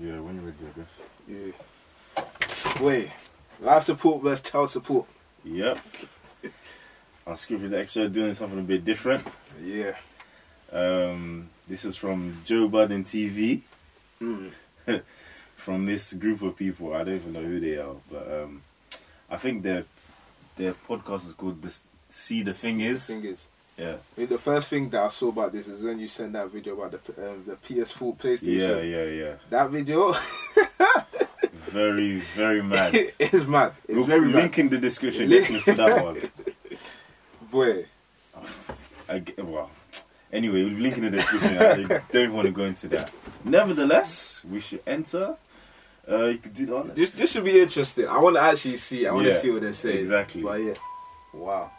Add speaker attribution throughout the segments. Speaker 1: Yeah, when you get this.
Speaker 2: Yeah. Wait. Life support versus child support.
Speaker 1: Yep. Our script is extra doing something a bit different.
Speaker 2: Yeah.
Speaker 1: Um, this is from Joe Budden TV,
Speaker 2: Mm.
Speaker 1: from this group of people. I don't even know who they are, but um, I think their their podcast is called "The See the Thing Is."
Speaker 2: Thing is,
Speaker 1: Yeah,
Speaker 2: wait, the first thing that I saw about this is when you sent that video about the um, the PS4
Speaker 1: yeah,
Speaker 2: PlayStation.
Speaker 1: yeah, yeah.
Speaker 2: That video
Speaker 1: Very, very mad.
Speaker 2: is mad. It's
Speaker 1: Look-
Speaker 2: very
Speaker 1: link
Speaker 2: mad.
Speaker 1: in the description
Speaker 2: Link-
Speaker 1: definitely for that one.
Speaker 2: Boy,
Speaker 1: I g well, anyway, we'll link in the description. I don't want to go into that. Nevertheless, we should enter. Uh, you could do the honors.
Speaker 2: this this should be interesting. I want to actually see. I want
Speaker 1: Yeah,
Speaker 2: to see what they say.
Speaker 1: exactly.
Speaker 2: But yeah. Wow.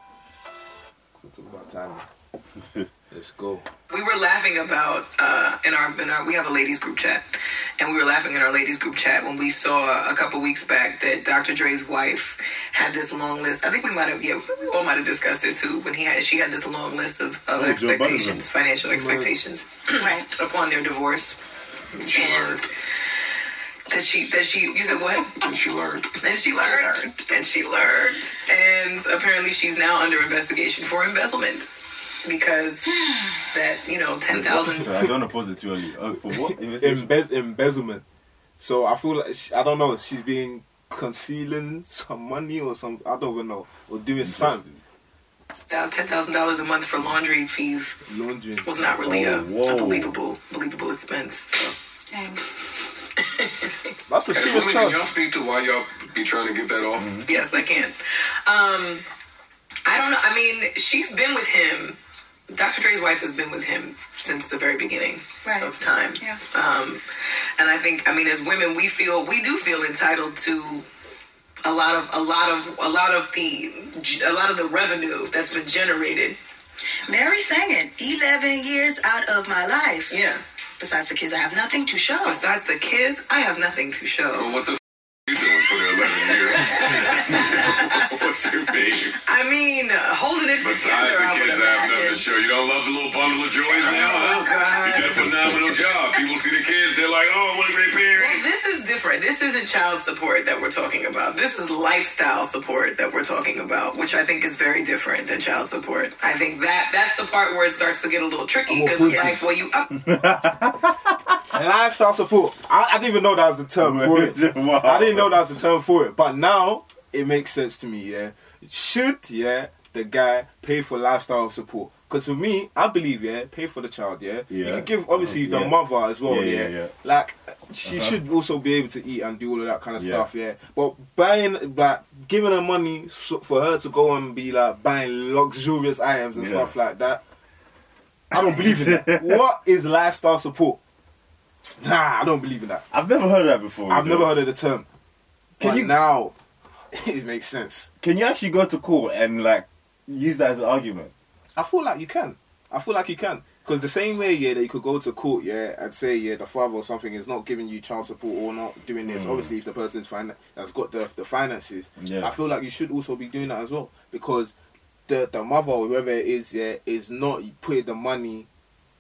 Speaker 2: Cool, Talk about time. Let's go.
Speaker 3: we were laughing about uh, in our in our we have a ladies group chat, and we were laughing in our ladies group chat when we saw a couple weeks back that Dr. Dre's wife had this long list. I think we might have yeah we all might have discussed it too when he had she had this long list of,
Speaker 1: Biden's
Speaker 3: of
Speaker 1: one.
Speaker 3: expectations, financial expectations, right upon their divorce, and that she that she you said what and she learned and she learned and she learned and apparently she's now under investigation for embezzlement because that you know ten thousand
Speaker 1: Sorry, I don't want to pause it too early. Oh, for what? Investigation?
Speaker 2: Embez- embezzlement. So I feel like she, I don't know. She's been concealing some money or some I don't even know or doing some
Speaker 1: Interesting.
Speaker 3: ten thousand dollars a month for laundry fees
Speaker 2: laundering.
Speaker 3: was not really
Speaker 1: Oh,
Speaker 3: a,
Speaker 1: whoa.
Speaker 3: a believable believable expense. So
Speaker 4: Dang.
Speaker 2: That's a
Speaker 5: Hey,
Speaker 2: serious
Speaker 5: Willie, can
Speaker 2: charge.
Speaker 5: y'all speak to why y'all be trying to get that off?
Speaker 3: Mm-hmm. yes, I can. Um, I don't know. I mean, she's been with him. Dr. Dre's wife has been with him since the very beginning
Speaker 4: Right.
Speaker 3: of time.
Speaker 4: Yeah.
Speaker 3: Um, and I think, I mean, as women, we feel we do feel entitled to a lot of a lot of a lot of the a lot of the revenue that's been generated.
Speaker 4: Mary sang it. 11 years out of my life.
Speaker 3: Yeah.
Speaker 4: Besides the kids, I have nothing to show.
Speaker 3: Besides the kids, I have nothing to show.
Speaker 5: Well, what the f- you doing for the 11 years? What's your name?
Speaker 3: I mean, uh, holding it
Speaker 5: Besides
Speaker 3: together.
Speaker 5: the
Speaker 3: I would
Speaker 5: kids, I have nothing to
Speaker 3: imagine.
Speaker 5: show. You don't love the little bundle of joys now,
Speaker 3: Oh,
Speaker 5: huh?
Speaker 3: God.
Speaker 5: You did a phenomenal job. People see the kids, they're like, oh, what a great
Speaker 3: Well,
Speaker 5: parent.
Speaker 3: this is different. This isn't child support that we're talking about. This is lifestyle support that we're talking about, which I think is very different than child support. I think that that's the part where it starts to get a little tricky
Speaker 2: Oh,
Speaker 3: because
Speaker 2: pussy.
Speaker 3: it's like, well, you up
Speaker 2: And lifestyle support. I, I didn't even know that was the term for it.
Speaker 1: Wow.
Speaker 2: I didn't know that was the term for it. But now it makes sense to me. Yeah, should yeah the guy pay for lifestyle support? Because for me, I believe yeah, pay for the child. Yeah, you
Speaker 1: Yeah.
Speaker 2: can give obviously the
Speaker 1: Yeah.
Speaker 2: mother as well.
Speaker 1: Yeah,
Speaker 2: Yeah,
Speaker 1: yeah, yeah. Uh-huh.
Speaker 2: like she should also be able to eat and do all of that kind of
Speaker 1: Yeah.
Speaker 2: stuff. Yeah, but buying like giving her money so, for her to go and be like buying luxurious items and
Speaker 1: Yeah.
Speaker 2: stuff like that. I don't believe in that. what is lifestyle support? Nah, I don't believe in that.
Speaker 1: I've never heard that before.
Speaker 2: I've
Speaker 1: you
Speaker 2: never
Speaker 1: know.
Speaker 2: heard of the term.
Speaker 1: Can
Speaker 2: but
Speaker 1: you-
Speaker 2: now it makes sense.
Speaker 1: Can you actually go to court and like use that as an argument?
Speaker 2: I feel like you can. I feel like you can. Because the same way, yeah, that you could go to court, yeah, and say, yeah, the father or something is not giving you child support or not doing this. Obviously, if the person's fin- that's got the, the finances,
Speaker 1: Yeah.
Speaker 2: I feel like you should also be doing that as well. Because the the mother or whoever it is, yeah, is not putting the money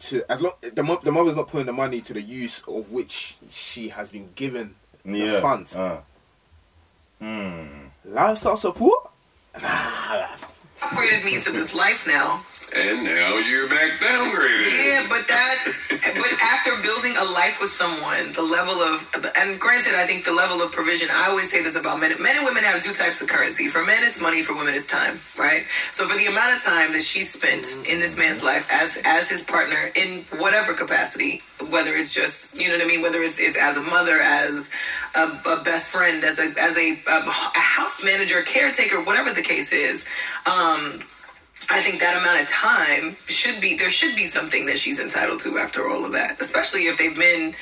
Speaker 2: to as long the mo- the mother's not putting the money to the use of which she has been given the funds.
Speaker 1: Uh. Hmm.
Speaker 2: Lifestyle support.
Speaker 3: upgraded me to this life now.
Speaker 5: And now you're back downgraded.
Speaker 3: Yeah, but that's but after building a life with someone, the level of and granted, I think the level of provision. I always say this about men: men and women have two types of currency. For men, it's money; for women, it's time. Right. So for the amount of time that she spent in this man's life as as his partner in whatever capacity, whether it's just you know what I mean, whether it's it's as a mother, as a, a best friend, as a as a, a house manager, caretaker, whatever the case is. Um, I think that amount of time should be there should be something that she's entitled to after all of that, especially if they've been,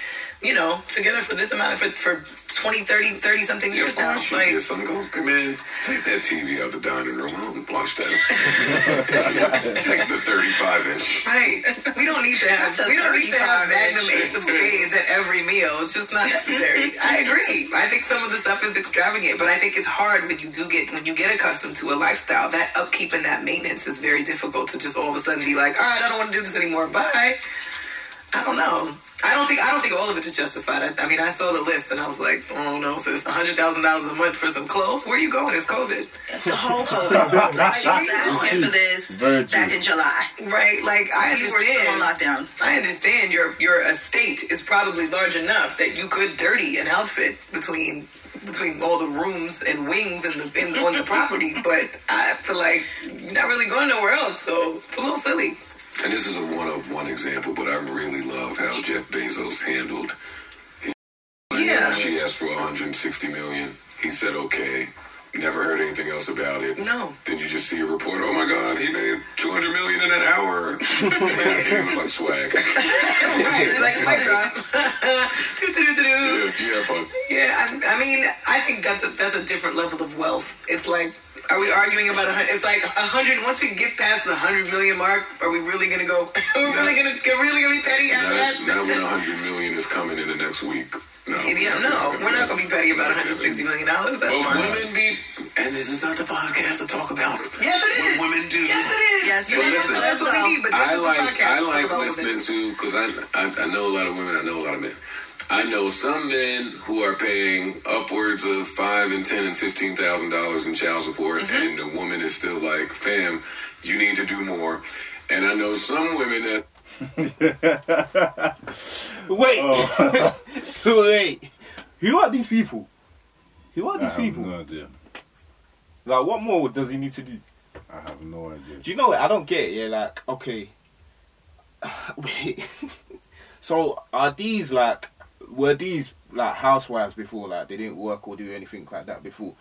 Speaker 3: you know, together for this amount of for, for 20, 30, 30 something
Speaker 5: Yeah,
Speaker 3: years
Speaker 5: of
Speaker 3: now.
Speaker 5: course.
Speaker 3: Like,
Speaker 5: She did something goes, come in, take that TV out the dining room. I don't watch that. take the 35 inch.
Speaker 3: Right. We don't need to have
Speaker 4: That's a
Speaker 3: we don't need to have
Speaker 4: 35
Speaker 3: magnum
Speaker 4: inch.
Speaker 3: ace of spades at every meal. It's just not necessary. I agree. I think some of the stuff is extravagant, but I think it's hard when you do get when you get accustomed to a lifestyle. That upkeep and that maintenance is very difficult to just all of a sudden be like, all right, I don't want to do this anymore. Bye. I don't know. I don't think I don't think all of it is justified. I, I mean, I saw the list and I was like, oh no, so it's hundred thousand dollars a month for some clothes. Where you going? It's COVID.
Speaker 4: The whole COVID. like, she was asking for this
Speaker 1: Very true.
Speaker 4: back in July.
Speaker 3: Right? Like I
Speaker 4: We were
Speaker 3: understand.
Speaker 4: still on lockdown.
Speaker 3: I understand your your estate is probably large enough that you could dirty an outfit between between all the rooms and wings and the in, on the property, but I feel like you're not really going nowhere else, so it's a little silly.
Speaker 5: And this is a one of one example, but I really love how Jeff Bezos handled.
Speaker 3: Yeah.
Speaker 5: She asked for 160 million. He said okay. Never heard anything else about it.
Speaker 3: No.
Speaker 5: Then you just see a report. Oh my God, he made 200 million in an hour. he was like swag.
Speaker 3: Right. Like mic drop. Do-do-do-do-do.
Speaker 5: Yeah, yeah, but
Speaker 3: Yeah, I, I mean, I think that's a that's a different level of wealth. It's like, are we arguing about a hun- It's like a hundred. Once we get past the hundred million mark, are we really gonna go? Are we really gonna are we really gonna be petty after that?
Speaker 5: now, now when 100 million is coming in the next week. No,
Speaker 3: Yeah, no, we're not gonna be petty about 160 million dollars. That's
Speaker 5: But
Speaker 3: fine.
Speaker 5: women be, and this is not the podcast to talk about
Speaker 3: Yes, it is.
Speaker 5: what women do.
Speaker 3: Yes, it is.
Speaker 4: Yes,
Speaker 3: You know,
Speaker 5: it
Speaker 3: that's,
Speaker 5: is.
Speaker 3: that's what we need. But this
Speaker 5: I
Speaker 3: is
Speaker 5: like
Speaker 3: the podcast.
Speaker 5: I
Speaker 3: Talk
Speaker 5: like
Speaker 3: about women.
Speaker 5: listening to because I, I I know a lot of women. I know a lot of men. I know some men who are paying upwards of five and ten and fifteen thousand dollars in child support,
Speaker 3: Mm-hmm.
Speaker 5: and the woman is still like, "Fam, you need to do more." And I know some women that
Speaker 2: Wait, wait. Who are these people? Who are
Speaker 1: I
Speaker 2: these
Speaker 1: have
Speaker 2: people?
Speaker 1: no idea.
Speaker 2: Like, what more does he need to do?
Speaker 1: I have no idea.
Speaker 2: Do you know what? I don't get it. Yeah, like, okay. Wait. so, are these like, were these like housewives before? Like, they didn't work or do anything like that before?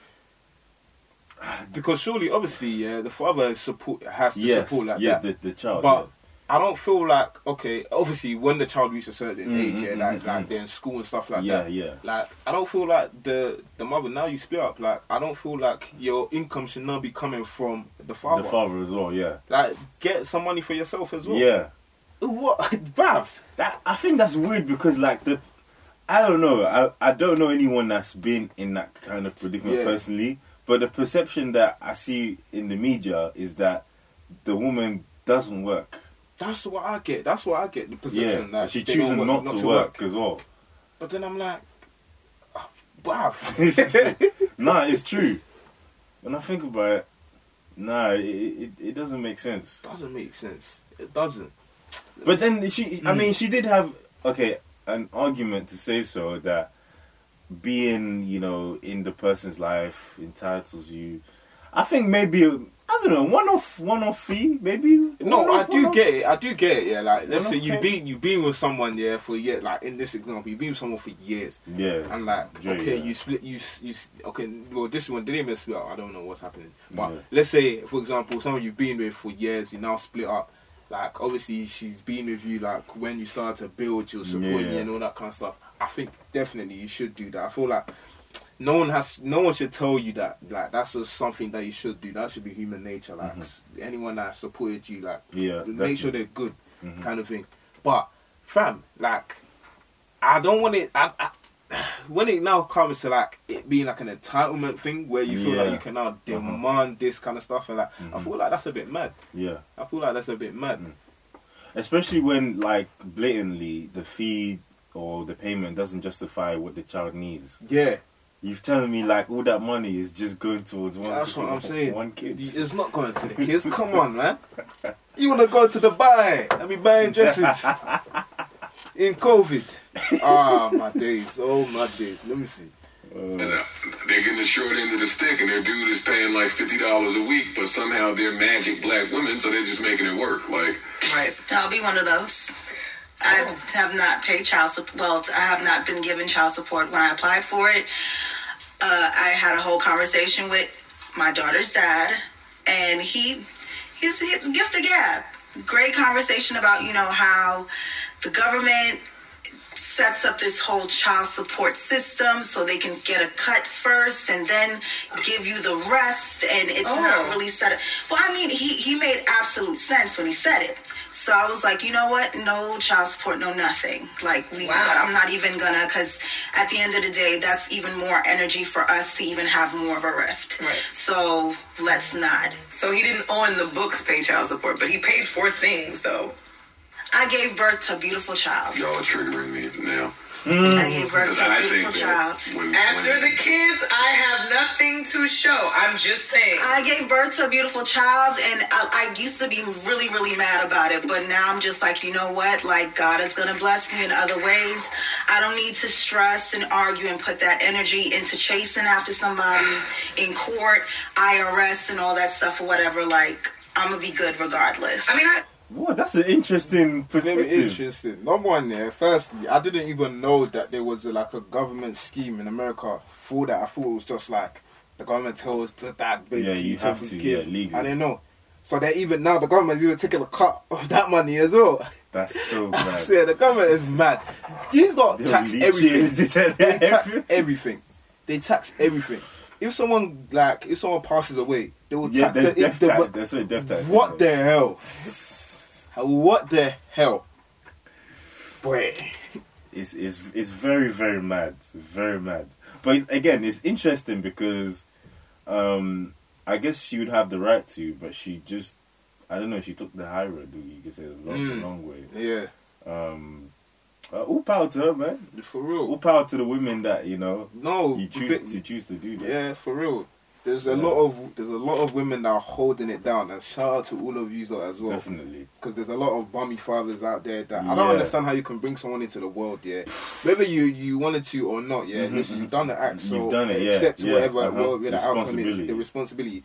Speaker 2: Because surely, obviously, yeah, the father support has to
Speaker 1: yes,
Speaker 2: support like
Speaker 1: yeah,
Speaker 2: that.
Speaker 1: the, the child.
Speaker 2: but I don't feel like okay. Obviously, when the child reaches a certain
Speaker 1: Mm,
Speaker 2: age, yeah,
Speaker 1: mm,
Speaker 2: like
Speaker 1: mm,
Speaker 2: like
Speaker 1: mm.
Speaker 2: they're in school and stuff like
Speaker 1: Yeah,
Speaker 2: that.
Speaker 1: yeah.
Speaker 2: Like I don't feel like the the mother now you split up. Like I don't feel like your income should not be coming from
Speaker 1: yeah.
Speaker 2: the father.
Speaker 1: the father as well. Yeah,
Speaker 2: Like get some money for yourself as well.
Speaker 1: yeah.
Speaker 2: What, bruv?
Speaker 1: That I think that's weird because like the, I don't know. I I don't know anyone that's been in that kind of predicament
Speaker 2: Yeah.
Speaker 1: personally. But the perception that I see in the media is that the woman doesn't work.
Speaker 2: That's what I get. That's what I get. The
Speaker 1: Yeah,
Speaker 2: perception
Speaker 1: and
Speaker 2: that
Speaker 1: she
Speaker 2: they don't
Speaker 1: chooses
Speaker 2: work-
Speaker 1: not, to, work, as well.
Speaker 2: But then I'm like, bruv.
Speaker 1: nah, it's true. When I think about it, nah, it it, it doesn't make sense.
Speaker 2: doesn't make sense. It doesn't.
Speaker 1: But then she, I
Speaker 2: mm.
Speaker 1: mean, she did have okay an argument to say so that being you know in the person's life entitles you. I think maybe I don't know one off one off fee maybe.
Speaker 2: No, I
Speaker 1: One-off,
Speaker 2: do
Speaker 1: one-off?
Speaker 2: get it. I do get it. Yeah, like let's
Speaker 1: Well,
Speaker 2: say you've
Speaker 1: okay.
Speaker 2: been you've been with someone yeah for year. Like in this example, you've been with someone for years,
Speaker 1: Yeah,
Speaker 2: and like
Speaker 1: Yeah,
Speaker 2: okay,
Speaker 1: yeah.
Speaker 2: you split. You s- you s- okay. Well, this one didn't even split up. I don't know what's happening. But
Speaker 1: Yeah.
Speaker 2: let's say for example, someone you've been with for years, you now split up. Like obviously, she's been with you like when you start to build, you're supporting
Speaker 1: Yeah.
Speaker 2: you and all that kind of stuff. I think definitely you should do that. I feel like. No one has. No one should tell you that. Like that's just something that you should do. That should be human nature. Like s-
Speaker 1: Mm-hmm.
Speaker 2: anyone that supported you, like
Speaker 1: yeah.
Speaker 2: make
Speaker 1: definitely. Mm-hmm.
Speaker 2: sure they're good, kind of thing. But fam, like, I don't want it. I, I, when it now comes to like it being like an entitlement thing where you feel like
Speaker 1: Yeah. Uh-huh. Mm-hmm.
Speaker 2: you can now demand this kind of stuff, and like I feel like that's a bit mad.
Speaker 1: yeah.
Speaker 2: I feel like that's a bit mad.
Speaker 1: Mm. especially when like blatantly the fee or the payment doesn't justify what the child needs.
Speaker 2: Yeah,
Speaker 1: You've telling me like all that money is just going towards one.
Speaker 2: that's what I'm saying.
Speaker 1: One kid.
Speaker 2: it's not going to the kids. Come on, man. You want to go to Dubai and be buying dresses in COVID? Ah, my days. Oh, my days. Let me see.
Speaker 5: And uh, they're getting the short end of the stick, and their dude is paying like fifty dollars a week, but somehow they're magic black women, so they're just making it work. Like,
Speaker 3: Right. Oh.
Speaker 4: I'll be one of those. I have not paid child support. Well, I have not been given child support when I applied for it. Uh, I had a whole conversation with my daughter's dad, and he, he's, he's gift a gab. Great conversation about you know how the government sets up this whole child support system so they can get a cut first and then give you the rest and it's
Speaker 3: Oh.
Speaker 4: not really set up well i mean he, he made absolute sense when he said it so i was like you know what no child support no nothing like we
Speaker 3: Wow.
Speaker 4: i'm not even gonna because at the end of the day that's even more energy for us to even have more of a rift
Speaker 3: Right.
Speaker 4: so let's not
Speaker 3: So he didn't own the books pay child support, but he paid for things though.
Speaker 4: i gave birth to a beautiful child
Speaker 5: Y'all are triggering me now.
Speaker 4: i gave birth
Speaker 5: Because
Speaker 4: to a
Speaker 5: I
Speaker 4: beautiful
Speaker 5: think
Speaker 4: child
Speaker 5: that when,
Speaker 3: After
Speaker 5: when
Speaker 3: the kids, I have nothing to show. I'm just saying.
Speaker 4: I gave birth to a beautiful child, and I, I used to be really, really mad about it, but now I'm just like, you know what? Like, God is going to bless me in other ways. I don't need to stress and argue and put that energy into chasing after somebody in court, IRS, and all that stuff or whatever. Like, I'm going to be good regardless.
Speaker 3: I mean, I.
Speaker 1: Whoa, that's an interesting perspective.
Speaker 2: Very interesting. Number one, there. Firstly, I didn't even know that there was a, like a government scheme in America for that. I thought it was just like the government tells the dad basically
Speaker 1: you have to,
Speaker 2: forgive.
Speaker 1: yeah, legally.
Speaker 2: I didn't know. So that even now the government's even taking a cut of that money as well.
Speaker 1: That's so
Speaker 2: I
Speaker 1: bad.
Speaker 2: said the government is mad. These got
Speaker 1: They're
Speaker 2: tax
Speaker 1: leeching
Speaker 2: everything.
Speaker 1: into
Speaker 2: They tax
Speaker 1: everything.
Speaker 2: everything. They tax everything. If someone like if someone passes away, they will
Speaker 1: Yeah,
Speaker 2: tax
Speaker 1: there's
Speaker 2: the,
Speaker 1: death
Speaker 2: if the
Speaker 1: tax. That's what death tax. is
Speaker 2: What
Speaker 1: about.
Speaker 2: the hell? What the hell? Boy.
Speaker 1: It's it's it's very very mad, very mad. But again, it's interesting because, um, I guess she would have the right to, but she just, I don't know, she took the high road. You could say the long,
Speaker 2: Mm.
Speaker 1: long way.
Speaker 2: Yeah,
Speaker 1: Um, uh, all power to her, man.
Speaker 2: for
Speaker 1: All
Speaker 2: real.
Speaker 1: power to the women that you know
Speaker 2: No,
Speaker 1: you
Speaker 2: but-
Speaker 1: choose to choose to do that.
Speaker 2: yeah, for real. There's a
Speaker 1: Yeah.
Speaker 2: lot of there's a lot of women that are holding it down, and shout out to all of you lot as well.
Speaker 1: Definitely.
Speaker 2: because there's a lot of bummy fathers out there that I don't
Speaker 1: Yeah.
Speaker 2: understand how you can bring someone into the world, yeah. Whether you you wanted to or not, yeah.
Speaker 1: Mhm,
Speaker 2: Listen,
Speaker 1: mhm.
Speaker 2: you've done the act, so
Speaker 1: You've done it, yeah,
Speaker 2: accept
Speaker 1: yeah,
Speaker 2: whatever,
Speaker 1: uh-huh.
Speaker 2: whatever the outcome is,
Speaker 1: Responsibility.
Speaker 2: the responsibility.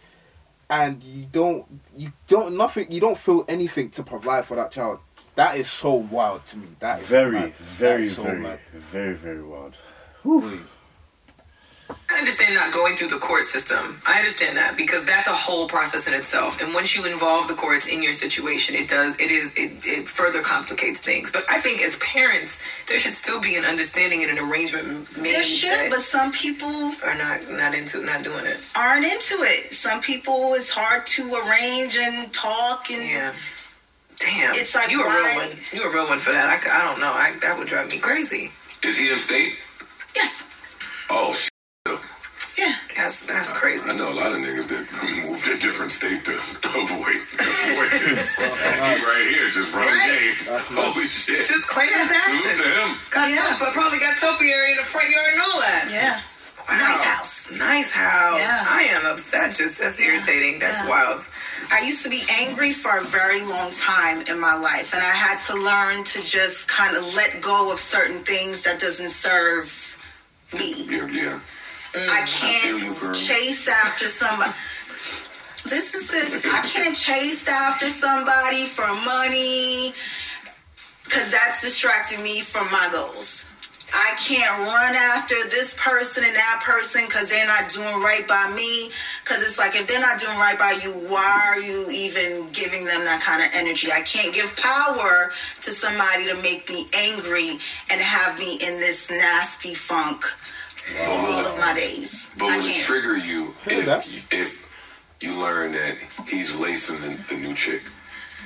Speaker 2: And you don't, you don't, nothing, you don't feel anything to provide for that child. That is so wild to me. That is
Speaker 1: Very,
Speaker 2: mad. that
Speaker 1: very,
Speaker 2: is so
Speaker 1: very,
Speaker 2: mad. Mm.
Speaker 1: very, very wild.
Speaker 2: Really.
Speaker 3: I understand not going through the court system. I understand that because that's a whole process in itself. And once you involve the courts in your situation, it does it is it, it further complicates things. But I think as parents, there should still be an understanding and an arrangement made
Speaker 4: there should, but
Speaker 3: that
Speaker 4: some people
Speaker 3: are not not into not doing it.
Speaker 4: aren't into it. Some people, it's hard to arrange and talk and.
Speaker 3: Yeah. Damn.
Speaker 4: It's like,
Speaker 3: you a
Speaker 4: why-
Speaker 3: real one. You a real one for that. I, c- I don't know. I, that would drive me crazy.
Speaker 5: is he in state?
Speaker 4: Yes.
Speaker 5: Oh shit.
Speaker 4: Yeah.
Speaker 3: That's that's crazy.
Speaker 5: I know a lot of niggas that moved to different state to avoid avoid this. Keep right here, just run
Speaker 3: Right.
Speaker 5: game. Holy shit.
Speaker 3: Just claim the
Speaker 5: Salute to
Speaker 3: taxes.
Speaker 5: him.
Speaker 3: Got
Speaker 4: Yeah.
Speaker 3: top- but probably got topiary in the front yard and all that.
Speaker 4: Yeah.
Speaker 3: Wow.
Speaker 4: Nice house.
Speaker 3: Nice house.
Speaker 4: Yeah.
Speaker 3: I am upset. That's just that's irritating. That's
Speaker 4: Yeah.
Speaker 3: wild.
Speaker 4: I used to be angry for a very long time in my life, and I had to learn to just kind of let go of certain things that doesn't serve me.
Speaker 5: Yeah, yeah.
Speaker 4: I
Speaker 5: feel you,
Speaker 4: can't
Speaker 5: girl.
Speaker 4: chase after somebody. Listen, sis, I can't chase after somebody for money because that's distracting me from my goals. I can't run after this person and that person because they're not doing right by me. Because it's like, if they're not doing right by you, why are you even giving them that kind of energy? I can't give power to somebody to make me angry and have me in this nasty funk for all of my days.
Speaker 5: But
Speaker 4: I
Speaker 5: will it
Speaker 4: can't.
Speaker 5: trigger you
Speaker 2: that.
Speaker 5: if you, if you learn that he's lacing the, the new chick?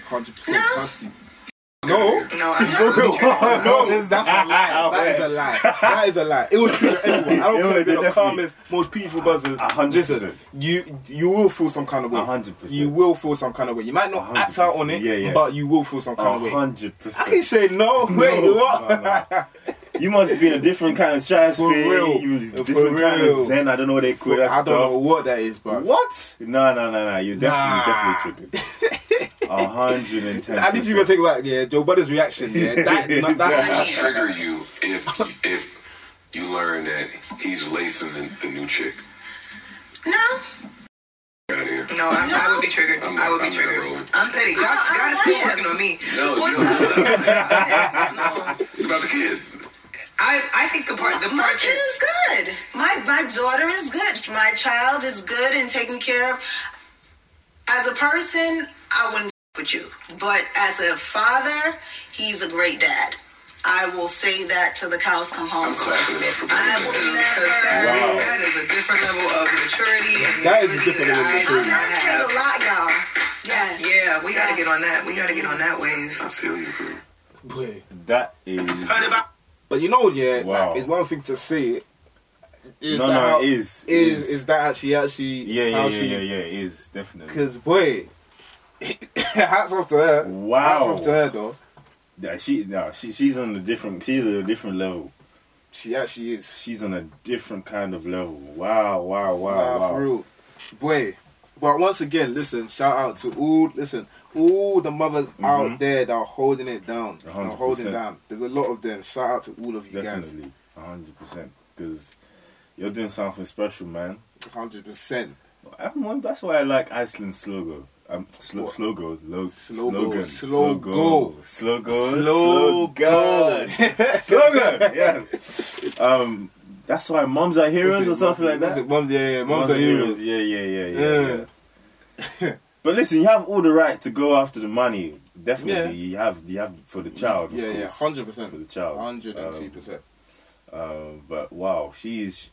Speaker 2: 100% trust you. No.
Speaker 3: No, I'm not.
Speaker 2: No, that's a lie. That is a lie. That is a lie. It will trigger anyone. I
Speaker 1: It
Speaker 2: don't care
Speaker 1: will,
Speaker 2: if you're the
Speaker 1: definitely.
Speaker 2: calmest, most peaceful person.
Speaker 1: A hundred
Speaker 2: Listen,
Speaker 1: percent.
Speaker 2: you you will feel some kind of way.
Speaker 1: A hundred percent.
Speaker 2: You will feel some kind of way. You might
Speaker 1: A
Speaker 2: not
Speaker 1: hundred
Speaker 2: act out on it,
Speaker 1: percent. Yeah, yeah.
Speaker 2: but you will feel some kind of way.
Speaker 1: hundred
Speaker 2: I can
Speaker 1: percent.
Speaker 2: say no. Wait,
Speaker 1: No,
Speaker 2: what?
Speaker 1: no, You must be in a different kind of stratosphere.
Speaker 2: For real.
Speaker 1: You was
Speaker 2: For
Speaker 1: different kind
Speaker 2: real.
Speaker 1: of zen. I don't know what they call
Speaker 2: I
Speaker 1: that
Speaker 2: don't know
Speaker 1: stuff.
Speaker 2: what that is, bro.
Speaker 1: What? No, no, no, no. You're definitely,
Speaker 2: Nah.
Speaker 1: definitely tripping. A hundred and ten.
Speaker 2: I need to even take back, yeah, Joe Budden's reaction. Yeah, that, no,
Speaker 5: Will it
Speaker 2: that's
Speaker 5: trigger you if if you learn that he's lacing the, the new chick?
Speaker 4: No.
Speaker 5: Out here.
Speaker 3: No, I'm, I would be triggered.
Speaker 5: I'm-
Speaker 3: I would be
Speaker 5: I'm not
Speaker 3: triggered.
Speaker 5: rolling.
Speaker 3: I'm petty. God,
Speaker 4: I
Speaker 3: God is
Speaker 4: don't
Speaker 3: still
Speaker 4: want
Speaker 3: working on me.
Speaker 5: No,
Speaker 3: What's
Speaker 5: you don't.
Speaker 3: up? No.
Speaker 5: It's about the kid.
Speaker 3: I I think the part the part
Speaker 4: my kid
Speaker 3: that-
Speaker 4: is good. My my daughter is good. My child is good and taken care of. As a person, I wouldn't f- with you, but as a father, he's a great dad. I will say that till the cows come home.
Speaker 5: I'm clapping it up for
Speaker 4: I
Speaker 5: people.
Speaker 4: will
Speaker 5: that do.
Speaker 4: never.
Speaker 1: Wow.
Speaker 3: That is a different level of maturity. And
Speaker 2: That is a
Speaker 3: ability
Speaker 2: different level of
Speaker 3: that I do
Speaker 4: I'm
Speaker 2: maturity.
Speaker 3: not
Speaker 4: meditating
Speaker 3: have.
Speaker 4: a lot, y'all. Yes.
Speaker 3: Yeah, we got to get on that. We got to get on that wave.
Speaker 5: I feel you, bro.
Speaker 2: Boy.
Speaker 1: That is.
Speaker 2: But you know, yeah,
Speaker 1: Wow.
Speaker 2: like, it's one thing to say it. Is
Speaker 1: No,
Speaker 2: that
Speaker 1: no,
Speaker 2: how-
Speaker 1: it is, it
Speaker 2: is
Speaker 1: is.
Speaker 2: is that actually actually
Speaker 1: Yeah, yeah,
Speaker 2: how
Speaker 1: yeah,
Speaker 2: she
Speaker 1: yeah, yeah. It is definitely.
Speaker 2: Because, boy, hats off to her.
Speaker 1: Wow.
Speaker 2: Hats off to her, though.
Speaker 1: Yeah, she, no, she, she's on a different. She's on a different level.
Speaker 2: She actually is.
Speaker 1: She's on a different kind of level. Wow, wow, wow,
Speaker 2: nah,
Speaker 1: wow.
Speaker 2: for real. Boy. But once again, listen, shout out to all, listen, all the mothers
Speaker 1: Mhm.
Speaker 2: out there that are holding it down.
Speaker 1: A
Speaker 2: They're
Speaker 1: hundred
Speaker 2: holding
Speaker 1: percent.
Speaker 2: down. There's a lot of them. Shout out to all of you guys.
Speaker 1: Definitely, hundred percent. Because you're doing something special, man.
Speaker 2: 100%.
Speaker 1: Everyone, that's why I like Iceland's logo. Um, sl- slogo, lo-
Speaker 2: Slogo,
Speaker 1: slogan, slogo,
Speaker 2: slogo.
Speaker 1: slogo,
Speaker 2: Slogan.
Speaker 1: slogan, slogan. Yeah. Um, that's why moms are heroes or something like that.
Speaker 2: Mums, yeah, yeah, mums
Speaker 1: Moms
Speaker 2: are heroes.
Speaker 1: Yeah, yeah, yeah, yeah.
Speaker 2: Yeah.
Speaker 1: yeah. But listen, you have all the right to go after the money. Definitely,
Speaker 2: Yeah.
Speaker 1: you have you have for the child. of
Speaker 2: Yeah, yeah,
Speaker 1: course.
Speaker 2: 100%.
Speaker 1: for the child.
Speaker 2: 102%.
Speaker 1: Um, um, but wow, she's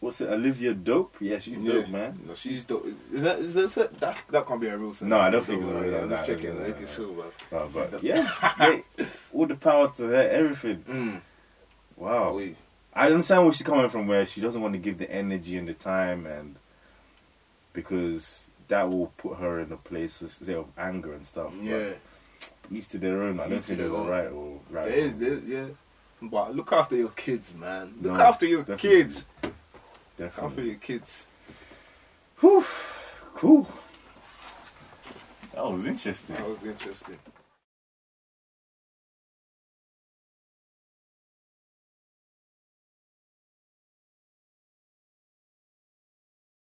Speaker 1: what's it? Olivia Dope. Yeah, she's
Speaker 2: Yeah.
Speaker 1: dope, man.
Speaker 2: No, she's dope. Is that is that set? that that can't be a real set?
Speaker 1: No, I don't think it's a
Speaker 2: Dope,
Speaker 1: real-
Speaker 2: yeah, Let's
Speaker 1: nah,
Speaker 2: check
Speaker 1: nah,
Speaker 2: it.
Speaker 1: nah,
Speaker 2: Like
Speaker 1: nah.
Speaker 2: it's real, bro.
Speaker 1: Uh, but yeah, great. all the power to her, everything.
Speaker 2: Mm.
Speaker 1: Wow,
Speaker 2: Wait.
Speaker 1: I understand where she's coming from. Where she doesn't want to give the energy and the time, and because that will put her in a place of, say, of anger and stuff. But
Speaker 2: Yeah,
Speaker 1: each to their own. I don't
Speaker 2: Each to
Speaker 1: think there's
Speaker 2: their
Speaker 1: a
Speaker 2: own.
Speaker 1: right or right.
Speaker 2: there
Speaker 1: or
Speaker 2: is,
Speaker 1: wrong.
Speaker 2: there is, yeah. But look after your kids, man. Look
Speaker 1: No,
Speaker 2: after your
Speaker 1: definitely.
Speaker 2: kids. Look after
Speaker 1: Definitely.
Speaker 2: your kids.
Speaker 1: Whew. Cool. That was interesting.
Speaker 2: That was interesting.